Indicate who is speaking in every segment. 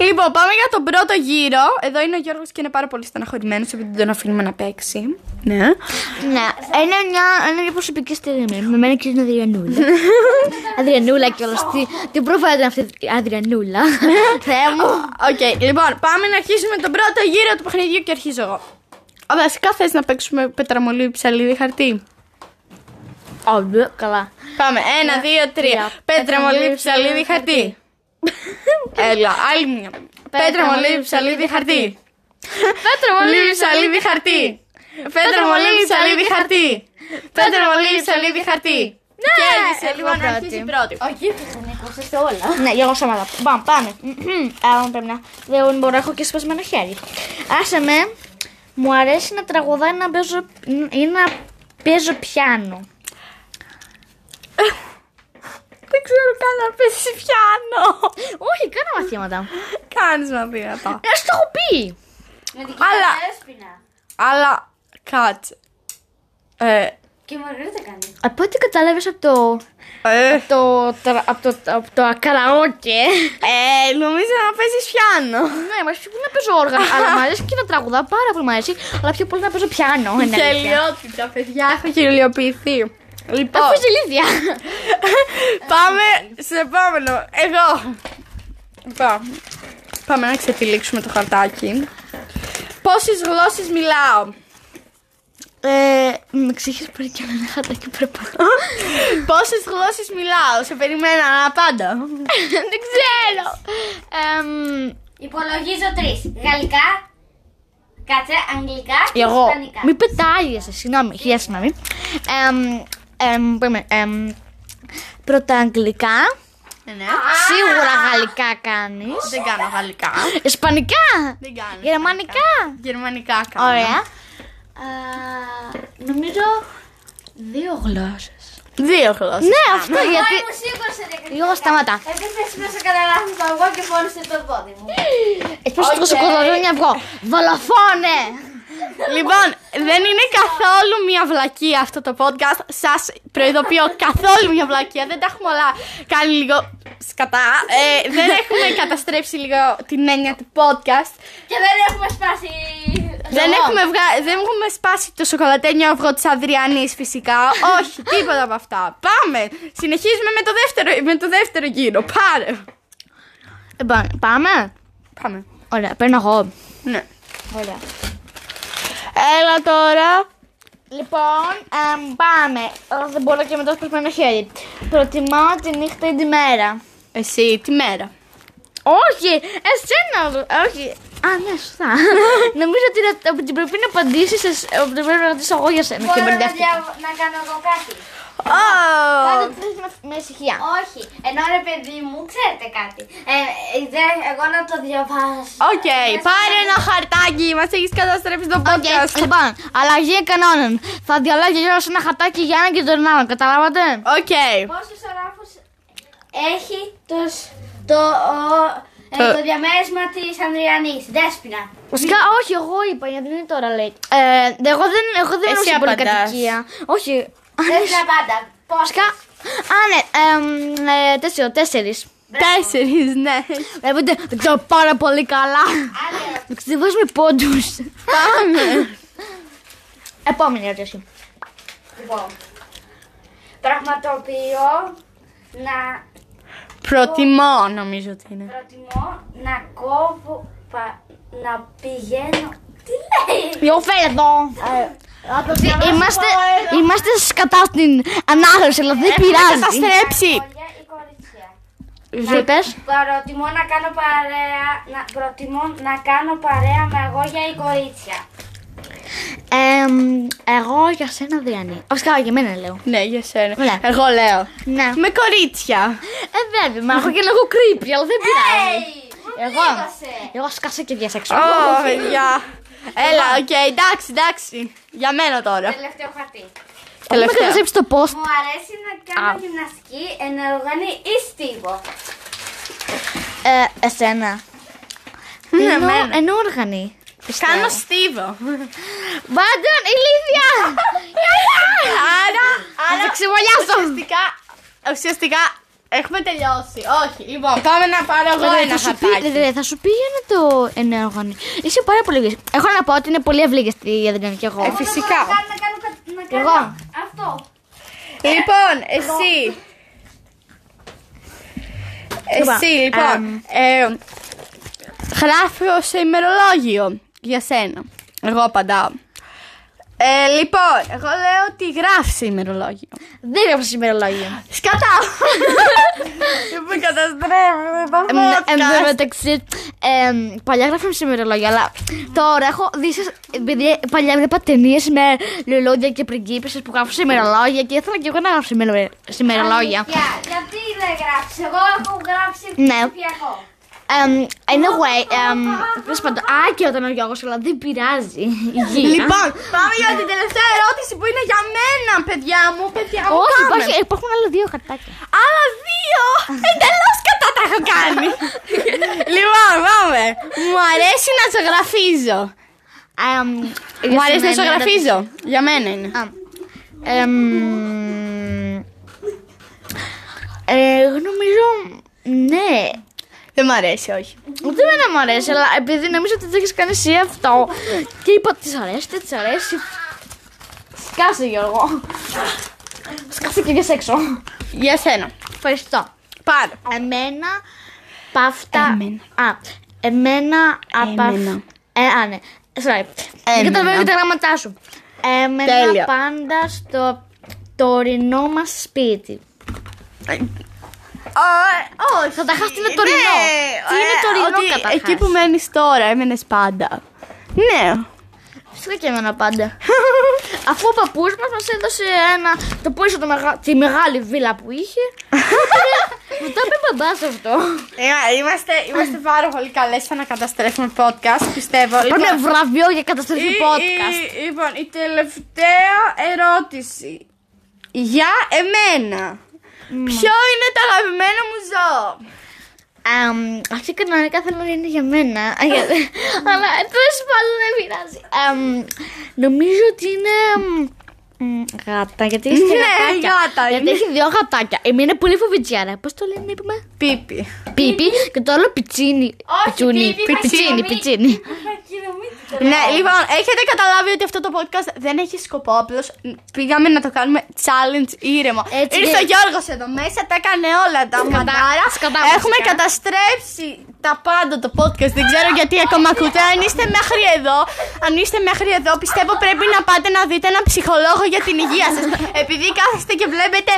Speaker 1: Λοιπόν, πάμε για τον πρώτο γύρο. Εδώ είναι ο Γιώργος και είναι πάρα πολύ στεναχωρημένος επειδή δεν τον αφήνουμε να παίξει. Ναι.
Speaker 2: Ναι, είναι μια, είναι μια προσωπική στιγμή. Με μένα και την Αδριανούλα. Αδριανούλα κιόλας. Τι, τι προφέρα ήταν αυτή η Αδριανούλα. Θεέ μου.
Speaker 1: Οκ, λοιπόν, πάμε να αρχίσουμε τον πρώτο γύρο του παιχνιδιού και αρχίζω εγώ. Α, Βασικά θες να παίξουμε πετραμολί, ψαλίδι, χαρτί.
Speaker 2: Ω, μπλε, καλά.
Speaker 1: Πάμε. Ένα, δύο, Ναι. τρία.
Speaker 2: τρία.
Speaker 1: Πέτρα, μολύβι,
Speaker 2: Πέτρα,
Speaker 1: ψαλίδι,
Speaker 2: μολύβι,
Speaker 1: χαρτί. Έλα, άλλη μια. Πέτρα, μολύβι, ψαλίδι, χαρτί. Πέτρα, μολύβι, ψαλίδι, χαρτί. Πέτρα, μολύβι, ψαλίδι, χαρτί. Πέτρα, μολύβι, ψαλίδι, χαρτί. Κέρδισε,
Speaker 2: Εγώ
Speaker 1: λοιπόν, να
Speaker 2: πρώτη.
Speaker 1: αρχίσει η πρώτη.
Speaker 2: Όχι, δεν ακούσατε όλα.
Speaker 3: Ναι, για εγώ σώματα. Πάμε, πάμε. Άρα πρέπει να. Δεν μπορώ, έχω και σπασμένο χέρι. Άσε με. Μου αρέσει να τραγουδάει να παίζω, ή να παίζω πιάνο.
Speaker 1: Δεν ξέρω καν να πέσει πιάνο.
Speaker 3: Όχι, κάνω μαθήματα.
Speaker 1: Κάνεις μας δυνατά.
Speaker 3: Να σου το έχω πει.
Speaker 1: Αλλά, αλλά, κάτσε. Ε,
Speaker 4: Και η Μαργαρίτα κάνεις.
Speaker 3: Από ό,τι κατάλαβες από το.
Speaker 1: ε,
Speaker 3: Το, τρα- από το, από το καραόκε.
Speaker 1: ε, νομίζω να παίζεις πιάνο.
Speaker 3: ναι, μας πει να παίζω όργανα. αλλά μου αρέσει και να τραγουδά πάρα πολύ. Μου αρέσει, αλλά πιο πολύ να παίζω πιάνο. είναι αλήθεια.
Speaker 1: Γελιότητα, παιδιά, έχω γελιοποιηθεί. Λοιπόν,
Speaker 3: Αφού ζηλίδια.
Speaker 1: πάμε σε επόμενο. Εγώ. Λοιπόν, πάμε να ξετυλίξουμε το χαρτάκι. Πόσες γλώσσες μιλάω.
Speaker 3: ε, με ξύχει πολύ και ένα χαρτάκι περπατώ.
Speaker 1: Πόσες γλώσσες μιλάω. Σε περιμένα να απάντα.
Speaker 3: Δεν ξέρω. Εμ,
Speaker 4: Υπολογίζω τρεις. Γαλλικά. Κάτσε, αγγλικά και
Speaker 3: Εγώ.
Speaker 4: ισπανικά.
Speaker 3: Μην πετάγεσαι, συγγνώμη, χιλιά συγγνώμη. Εμ, εμ, περίμενε, εμ, πρώτα αγγλικά.
Speaker 1: Ναι.
Speaker 3: Σίγουρα γαλλικά κάνεις.
Speaker 1: Δεν κάνω γαλλικά.
Speaker 3: Ισπανικά.
Speaker 1: Δεν κάνω.
Speaker 3: Γερμανικά.
Speaker 1: Γερμανικά κάνω.
Speaker 3: Ωραία.
Speaker 4: Α, νομίζω δύο γλώσσες.
Speaker 1: Δύο γλώσσες.
Speaker 3: Ναι, αυτό
Speaker 4: Γιατί...
Speaker 3: γιατί.
Speaker 4: μου σήκωσε ρε καθηγητά.
Speaker 3: Λίγο σταμάτα.
Speaker 4: Επίσης μέσα κατά λάθος το αυγό και πόνισε το πόδι μου.
Speaker 3: Έτσι πω το κοκοδόνια αυγό. Δολοφόνε!
Speaker 1: ναι. Λοιπόν, δεν είναι καθόλου μια βλακεία αυτό το podcast. Σας προειδοποιώ καθόλου μια βλακεία. Δεν τα έχουμε όλα κάνει λίγο σκατά. Ε, δεν έχουμε καταστρέψει λίγο την έννοια του podcast.
Speaker 4: και δεν έχουμε σπάσει.
Speaker 1: δεν, έχουμε βγα... δεν έχουμε σπάσει το σοκολατένιο αυγό της Αδριανής φυσικά. Όχι, τίποτα από αυτά. Πάμε! Συνεχίζουμε με το δεύτερο, με το δεύτερο γύρο. Πάρε!
Speaker 3: Λοιπόν, πάμε.
Speaker 1: Πάμε.
Speaker 3: Ωραία, παίρνω εγώ.
Speaker 1: Ναι.
Speaker 3: Ωραία. Έλα τώρα. Λοιπόν, εμ, πάμε. Α, δεν μπορώ και με το σπασμένο χέρι. Προτιμάω τη νύχτα ή τη μέρα.
Speaker 1: Εσύ, τη μέρα.
Speaker 3: Όχι, εσένα. Όχι. Α, ναι, σωστά. Νομίζω ότι είναι- από την πρέπει να απαντήσεις. Πρέπει να απαντήσω εγώ για σένα. Και
Speaker 4: Μπορώ να,
Speaker 3: μπερδεύτηκα.
Speaker 4: δια- να κάνω εγώ κάτι.
Speaker 1: Oh.
Speaker 3: Πάντα τρέχει με- με ησυχία.
Speaker 4: Όχι. Ενώ ρε παιδί μου, ξέρετε κάτι. Ε, ε, δε- εγώ να το διαβάσω.
Speaker 1: Οκ, πάρε ένα χαρτάκι. Μας έχεις καταστρέψει το
Speaker 3: Οκ,
Speaker 1: podcast.
Speaker 3: Λοιπόν, αλλαγή κανόνων. Θα διαλέγει ο ένα χατάκι για έναν και τον άλλον. Καταλάβατε.
Speaker 1: Οκ.
Speaker 4: Πόσους οράφους έχει τους, το, ο- ε,
Speaker 1: Το-
Speaker 4: το διαμέρισμα της Ανδριανής. Δέσποινα.
Speaker 3: Βασικά, όχι, εγώ είπα, γιατί δεν είναι τώρα λέει. Ε, εγώ δεν, εγώ δεν
Speaker 1: Εσύ
Speaker 3: ήμουν σε
Speaker 1: απαντάς.
Speaker 3: πολυκατοικία. Όχι.
Speaker 4: Δέσποινα πάντα. Πώς.
Speaker 3: Βασικά, α, ναι, εμ, ε, τέσσερο, τέσσερις.
Speaker 1: Τέσσερις, ναι.
Speaker 3: Ε, δεν δεν ξέρω πάρα πολύ καλά.
Speaker 4: Άντε,
Speaker 3: Δεν ξέρω, βάζουμε πόντους.
Speaker 1: Πάμε.
Speaker 3: Επόμενη ερώτηση.
Speaker 4: λοιπόν. Πραγματοποιώ να
Speaker 1: Προτιμώ, νομίζω ότι είναι.
Speaker 4: προτιμώ να κόβω πα- να πηγαίνω. Τι λέει!
Speaker 3: Εγώ φέρε εδώ. Είμαστε, είμαστε σκατά στην ανάγνωση, αλλά Ε, δεν πειράζει.
Speaker 1: Καταστρέψει.
Speaker 4: Παιδιά ή κοριτσιά.
Speaker 3: Τι πες?
Speaker 4: Προτιμώ να κάνω παρέα, να, προτιμώ να κάνω παρέα με αγόρια ή κορίτσια.
Speaker 3: Εμ, εγώ για σένα, Διάννη. Βασικά, για μένα λέω.
Speaker 1: Ναι, για σένα.
Speaker 3: Ναι.
Speaker 1: Εγώ λέω.
Speaker 3: Ναι.
Speaker 1: Με κορίτσια.
Speaker 3: Ε, βέβαια, μα έχω και λίγο κρύπη, αλλά δεν πειράζει.
Speaker 4: Εγώ.
Speaker 3: Εγώ, εγώ σκάσα και διασέξω.
Speaker 1: Ω, παιδιά. Έλα, οκ, εντάξει, εντάξει. Για μένα τώρα.
Speaker 4: Τελευταίο χαρτί.
Speaker 3: Έχουμε
Speaker 1: Τελευταίο.
Speaker 3: καταστρέψει το post.
Speaker 4: Μου αρέσει να κάνω γυμναστική, ενεργογανή ή στίβο.
Speaker 3: Ε, εσένα.
Speaker 1: Ναι,
Speaker 3: Ενώ-
Speaker 1: εμένα.
Speaker 3: Ενώ όργανη.
Speaker 1: Κάνω στίβο.
Speaker 3: Μπάντον, ηλίδια!
Speaker 1: Άρα,
Speaker 3: Θα σε ξεμολιάσω.
Speaker 1: ουσιαστικά, ουσιαστικά Έχουμε τελειώσει. Όχι. Λοιπόν, πάμε να πάρω εγώ
Speaker 3: Δηλαδή,
Speaker 1: ένα
Speaker 3: θα, σου πει,
Speaker 1: χαρτάκι.
Speaker 3: δηλαδή, θα σου πήγαινε το ενέργωνο. Είσαι πάρα πολύ ευγενική. Έχω να πω ότι είναι πολύ ευγενική η Αδριανή και εγώ.
Speaker 1: Ε, φυσικά.
Speaker 4: Να κάνω, να κάνω, κάτι- να κάνω
Speaker 3: Εγώ.
Speaker 4: αυτό.
Speaker 1: Λοιπόν, εσύ. Εσύ, λοιπόν. Ε, γράφω σε ημερολόγιο για σένα. Εγώ απαντάω. Ε, λοιπόν, εγώ λέω ότι γράφεις σε ημερολόγιο.
Speaker 3: Δεν έγραψα ημερολόγια.
Speaker 1: Σκατά! Λοιπόν, καταστρέφουμε το
Speaker 3: Εν τω
Speaker 1: podcast.
Speaker 3: μεταξύ, εμ, παλιά γράφαμε σε ημερολόγια, αλλά τώρα έχω δεις. σας- Επειδή παλιά έβλεπα ταινίες με λουλούδια και πριγκίπισες που γράφουν σε ημερολόγια και ήθελα και εγώ να γράψω σε ημερο- σε ημερολόγια.
Speaker 4: Αλήθεια. Γιατί δεν γράψει. Εγώ έχω γράψει
Speaker 3: Ναι.
Speaker 4: ψηφιακό.
Speaker 3: Um, anyway, um, τέλος πάντων, άκυρο ο Γιώργος, αλλά δεν πειράζει. Υγεία.
Speaker 1: Λοιπόν, πάμε για την τελευταία ερώτηση που είναι για μένα, παιδιά μου. Παιδιά μου,
Speaker 3: Όχι,
Speaker 1: πάμε.
Speaker 3: υπάρχει- υπάρχουν άλλα δύο χαρτάκια.
Speaker 1: Άλλα δύο! Εντελώς κατά τα έχω κάνει. λοιπόν, πάμε. Μου αρέσει να ζωγραφίζω.
Speaker 3: Um,
Speaker 1: Μου αρέσει να ζωγραφίζω. Για μένα είναι.
Speaker 3: εγώ ε, νομίζω. Ναι.
Speaker 1: Δεν μου αρέσει, όχι.
Speaker 3: Ούτε εμένα μου αρέσει, αλλά επειδή νομίζω ότι το έχεις κάνει εσύ αυτό. Και είπα, της αρέσει, δεν της αρέσει. Σκάσε, Γιώργο. Σκάσε και βγες έξω.
Speaker 1: Για σένα.
Speaker 3: Ευχαριστώ.
Speaker 1: Πάρα.
Speaker 3: Εμένα από αυτά.
Speaker 1: Εμένα.
Speaker 3: Α, εμένα από
Speaker 1: Εμένα.
Speaker 3: αυτά. Ε, α, ναι. Sorry.
Speaker 1: Εμένα.
Speaker 3: Δεν καταλαβαίνω και τα γράμματά σου. Εμένα
Speaker 1: Τέλεια.
Speaker 3: πάντα στο τωρινό μας σπίτι.
Speaker 1: Όχι. Ναι,
Speaker 3: Θα τα χάσει, τι είναι τωρινό. Τι είναι τωρινό καταρχάς.
Speaker 1: Εκεί που μένεις τώρα, έμενες πάντα. Ναι.
Speaker 3: Φυσικά και εμένα πάντα. Αφού ο παππούς μας μας έδωσε ένα. Το πόσο το μεγα... τη μεγάλη βίλα που είχε. Μετά είπε μπαμπάς αυτό.
Speaker 1: Ε, Είμαστε, είμαστε πάρα πολύ καλές σαν να καταστρέφουμε podcast, πιστεύω.
Speaker 3: Παίρνουμε
Speaker 1: Λοιπόν,
Speaker 3: βραβείο για καταστροφή
Speaker 1: η-
Speaker 3: podcast.
Speaker 1: η- Λοιπόν, η τελευταία ερώτηση. Για εμένα. Ποιο είναι το αγαπημένο μου ζώο.
Speaker 3: Αμ, αυτή κανονικά θέλω να είναι για μένα. Α, για- Αλλά τέλος πάντων δεν πειράζει. Αμ, νομίζω ότι είναι. μ, μ, Γάτα, γιατί είστε
Speaker 1: Ναι, γάτα
Speaker 3: Γιατί
Speaker 1: είναι.
Speaker 3: έχει δύο γατάκια. Η μία είναι πολύ φοβιτζιάρα. Πώς το λένε, είπαμε.
Speaker 1: Πίπι.
Speaker 3: Πίπι και το άλλο πιτσίνι.
Speaker 4: Όχι,
Speaker 3: Πιτσούνι.
Speaker 4: Πίπι,
Speaker 3: Πιτσίνι,
Speaker 4: Παξιδομή.
Speaker 3: πιτσίνι.
Speaker 4: Χακιδομήτητα.
Speaker 1: Ναι, λοιπόν, έχετε καταλάβει ότι αυτό το podcast δεν έχει σκοπό. Απλώς πήγαμε να το κάνουμε challenge ήρεμο.
Speaker 3: Έτσι,
Speaker 1: Ήρθε
Speaker 3: και-
Speaker 1: ο Γιώργος εδώ μέσα, τα έκανε όλα τα μαντάρα.
Speaker 3: σκατά
Speaker 1: Έχουμε
Speaker 3: βασικά.
Speaker 1: καταστρέψει τα πάντα το podcast. Δεν ξέρω γιατί ακόμα ακούτε. Αν είστε μέχρι εδώ, αν είστε μέχρι εδώ, πιστεύω πρέπει να πάτε να δείτε έναν ψυχολόγο για την υγεία σας. Επειδή κάθεστε και βλέπετε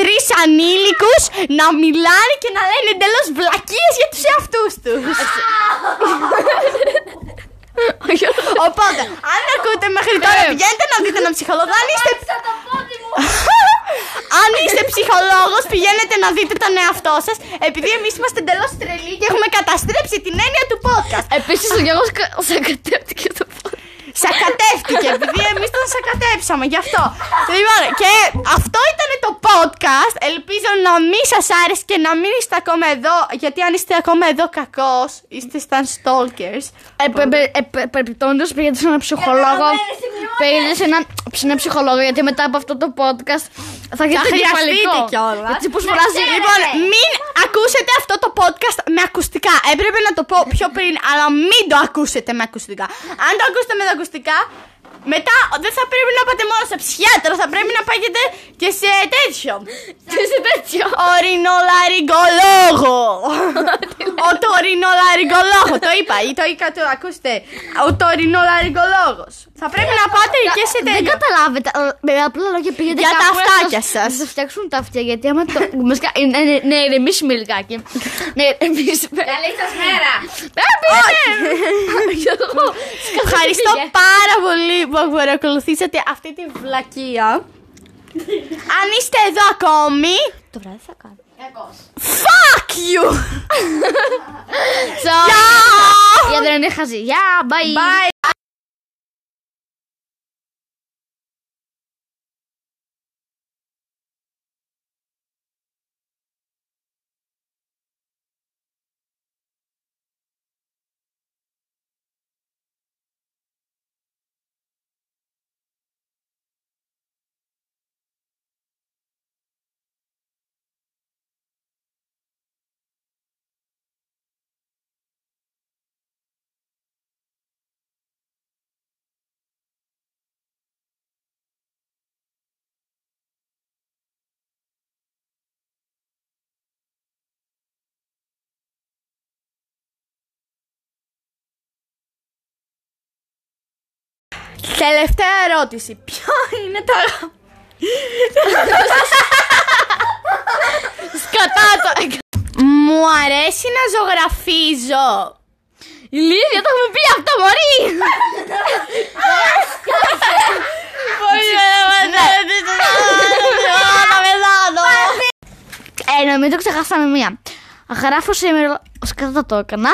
Speaker 1: τρεις ανήλικους να μιλάνε και να λένε εντελώς βλακίες για τους εαυτούς τους. Οπότε, αν ακούτε μέχρι τώρα, πηγαίνετε να δείτε έναν ψυχολόγο. Αν είστε,
Speaker 4: Στα το πόδι μου.
Speaker 1: αν είστε ψυχολόγος, πηγαίνετε να δείτε τον εαυτό σας Επειδή εμείς είμαστε εντελώς τρελοί και έχουμε καταστρέψει την έννοια του podcast.
Speaker 3: Επίσης ο Γιώργος σακατεύτηκε το πόδι.
Speaker 1: Σακατεύτηκε, επειδή εμείς τον σακατέψαμε, γι' αυτό. Λοιπόν, και αυτό ήταν το podcast. Ελπίζω να μην σας άρεσε και να μην είστε ακόμα εδώ. Γιατί αν είστε ακόμα εδώ, κακός, είστε σαν stalkers.
Speaker 3: Ε, Παρεπιπτόντω πήγαινε σε έναν ψυχολόγο. Πήγαινε Ε, σε έναν- σε έναν ψυχολόγο γιατί μετά από αυτό το podcast θα
Speaker 1: Θα
Speaker 3: έχετε
Speaker 1: χρειαστείτε
Speaker 3: κεφαλικό.
Speaker 1: κιόλας.
Speaker 3: Έτσι πως βράζει
Speaker 1: Λοιπόν, μην ακούσετε αυτό το podcast με ακουστικά. Έπρεπε να το πω πιο πριν, αλλά μην το ακούσετε με ακουστικά. Αν το ακούσετε με τα ακουστικά, μετά δεν θα πρέπει να πάτε μόνο σε ψυχιάτρο, θα πρέπει να πάτε και σε τέτοιο.
Speaker 3: και σε τέτοιο.
Speaker 1: Ορινολαριγκολόγο. Ο τορινολαριγκολόγο, το είπα ή το είχα το ακούστε. Ο τορινολαριγκολόγος. Θα πρέπει να πάτε και σε
Speaker 3: Ε, Δεν
Speaker 1: τέτοιο.
Speaker 3: καταλάβετε. αλλά Με απλά λόγια πήγαινε
Speaker 1: Για τα
Speaker 3: κάπου να
Speaker 1: αυτάκια
Speaker 3: σας-
Speaker 1: σας.
Speaker 3: Να σας φτιάξουν τα αυτιά. Γιατί άμα το. Βασικά, ε, ναι, ναι, ναι, ηρεμήσουμε λιγάκι. Ναι, ηρεμήσουμε.
Speaker 4: Καλή σας μέρα.
Speaker 3: Ε, πήγαινε! Γιώργο,
Speaker 1: Ευχαριστώ
Speaker 3: πήγε.
Speaker 1: πάρα πολύ που παρακολουθήσατε αυτή τη βλακεία. Αν είστε εδώ ακόμη,
Speaker 3: Το βράδυ θα κάνω.
Speaker 4: Κακός.
Speaker 1: fuck you!
Speaker 3: So,
Speaker 1: Ciao!
Speaker 3: η Αδριανή χαζή. Γεια, bye.
Speaker 1: Bye! Τελευταία ερώτηση. Ποιο είναι το. αγα- Σκατά το. Μου αρέσει να ζωγραφίζω.
Speaker 3: Η Λίδια το έχουμε πει αυτό, Μωρή!
Speaker 1: Ναι.
Speaker 3: Ε, να μην το ξεχάσαμε μία. Γράφω σήμερα. Σκατά δεν το έκανα.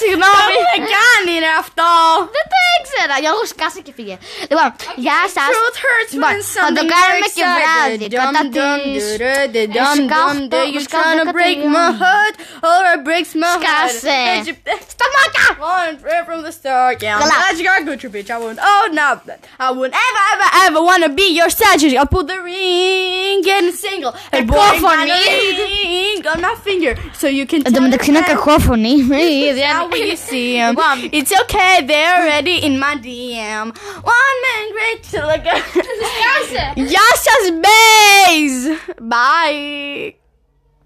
Speaker 3: Συγγνώμη.
Speaker 1: Τι με κάνει ρε αυτό.
Speaker 3: Δεν το ήξερα. Γιώργο σκάσε και φύγε. Λοιπόν, γεια σα.
Speaker 1: Truth hurts
Speaker 3: Λοιπόν,
Speaker 1: when
Speaker 3: θα το
Speaker 1: something
Speaker 3: κάνουμε
Speaker 1: breaks
Speaker 3: και
Speaker 1: out.
Speaker 3: βράδυ.
Speaker 1: Dum,
Speaker 3: Κατά
Speaker 1: dum,
Speaker 3: τις
Speaker 1: du, du, du, dum,
Speaker 3: σκα
Speaker 1: dum,
Speaker 3: οχτώ,
Speaker 1: du. You're
Speaker 3: σκα
Speaker 1: trying to
Speaker 3: δέκα
Speaker 1: break my
Speaker 3: τελειώνει.
Speaker 1: heart or it breaks my heart.
Speaker 3: Σκάσε.
Speaker 1: And you- Σταμάτα. One prayer from the start. Yeah, I'm
Speaker 3: Καλά.
Speaker 1: glad you got good, you bitch. I won't. Oh no, I won't ever, ever, ever wanna be your statue. I'll put the ring and single. And boy, I got a
Speaker 3: Κακόφωνη.
Speaker 1: ring on my finger, so you can.
Speaker 3: Εν τω
Speaker 1: tell
Speaker 3: μεταξύ είναι
Speaker 1: them.
Speaker 3: κακόφωνη. Η ίδια
Speaker 1: How
Speaker 3: είναι.
Speaker 1: will you see him?
Speaker 3: Wow.
Speaker 1: It's okay, they're already in my DM. One man great to look at. Γεια σας, Baze! Bye!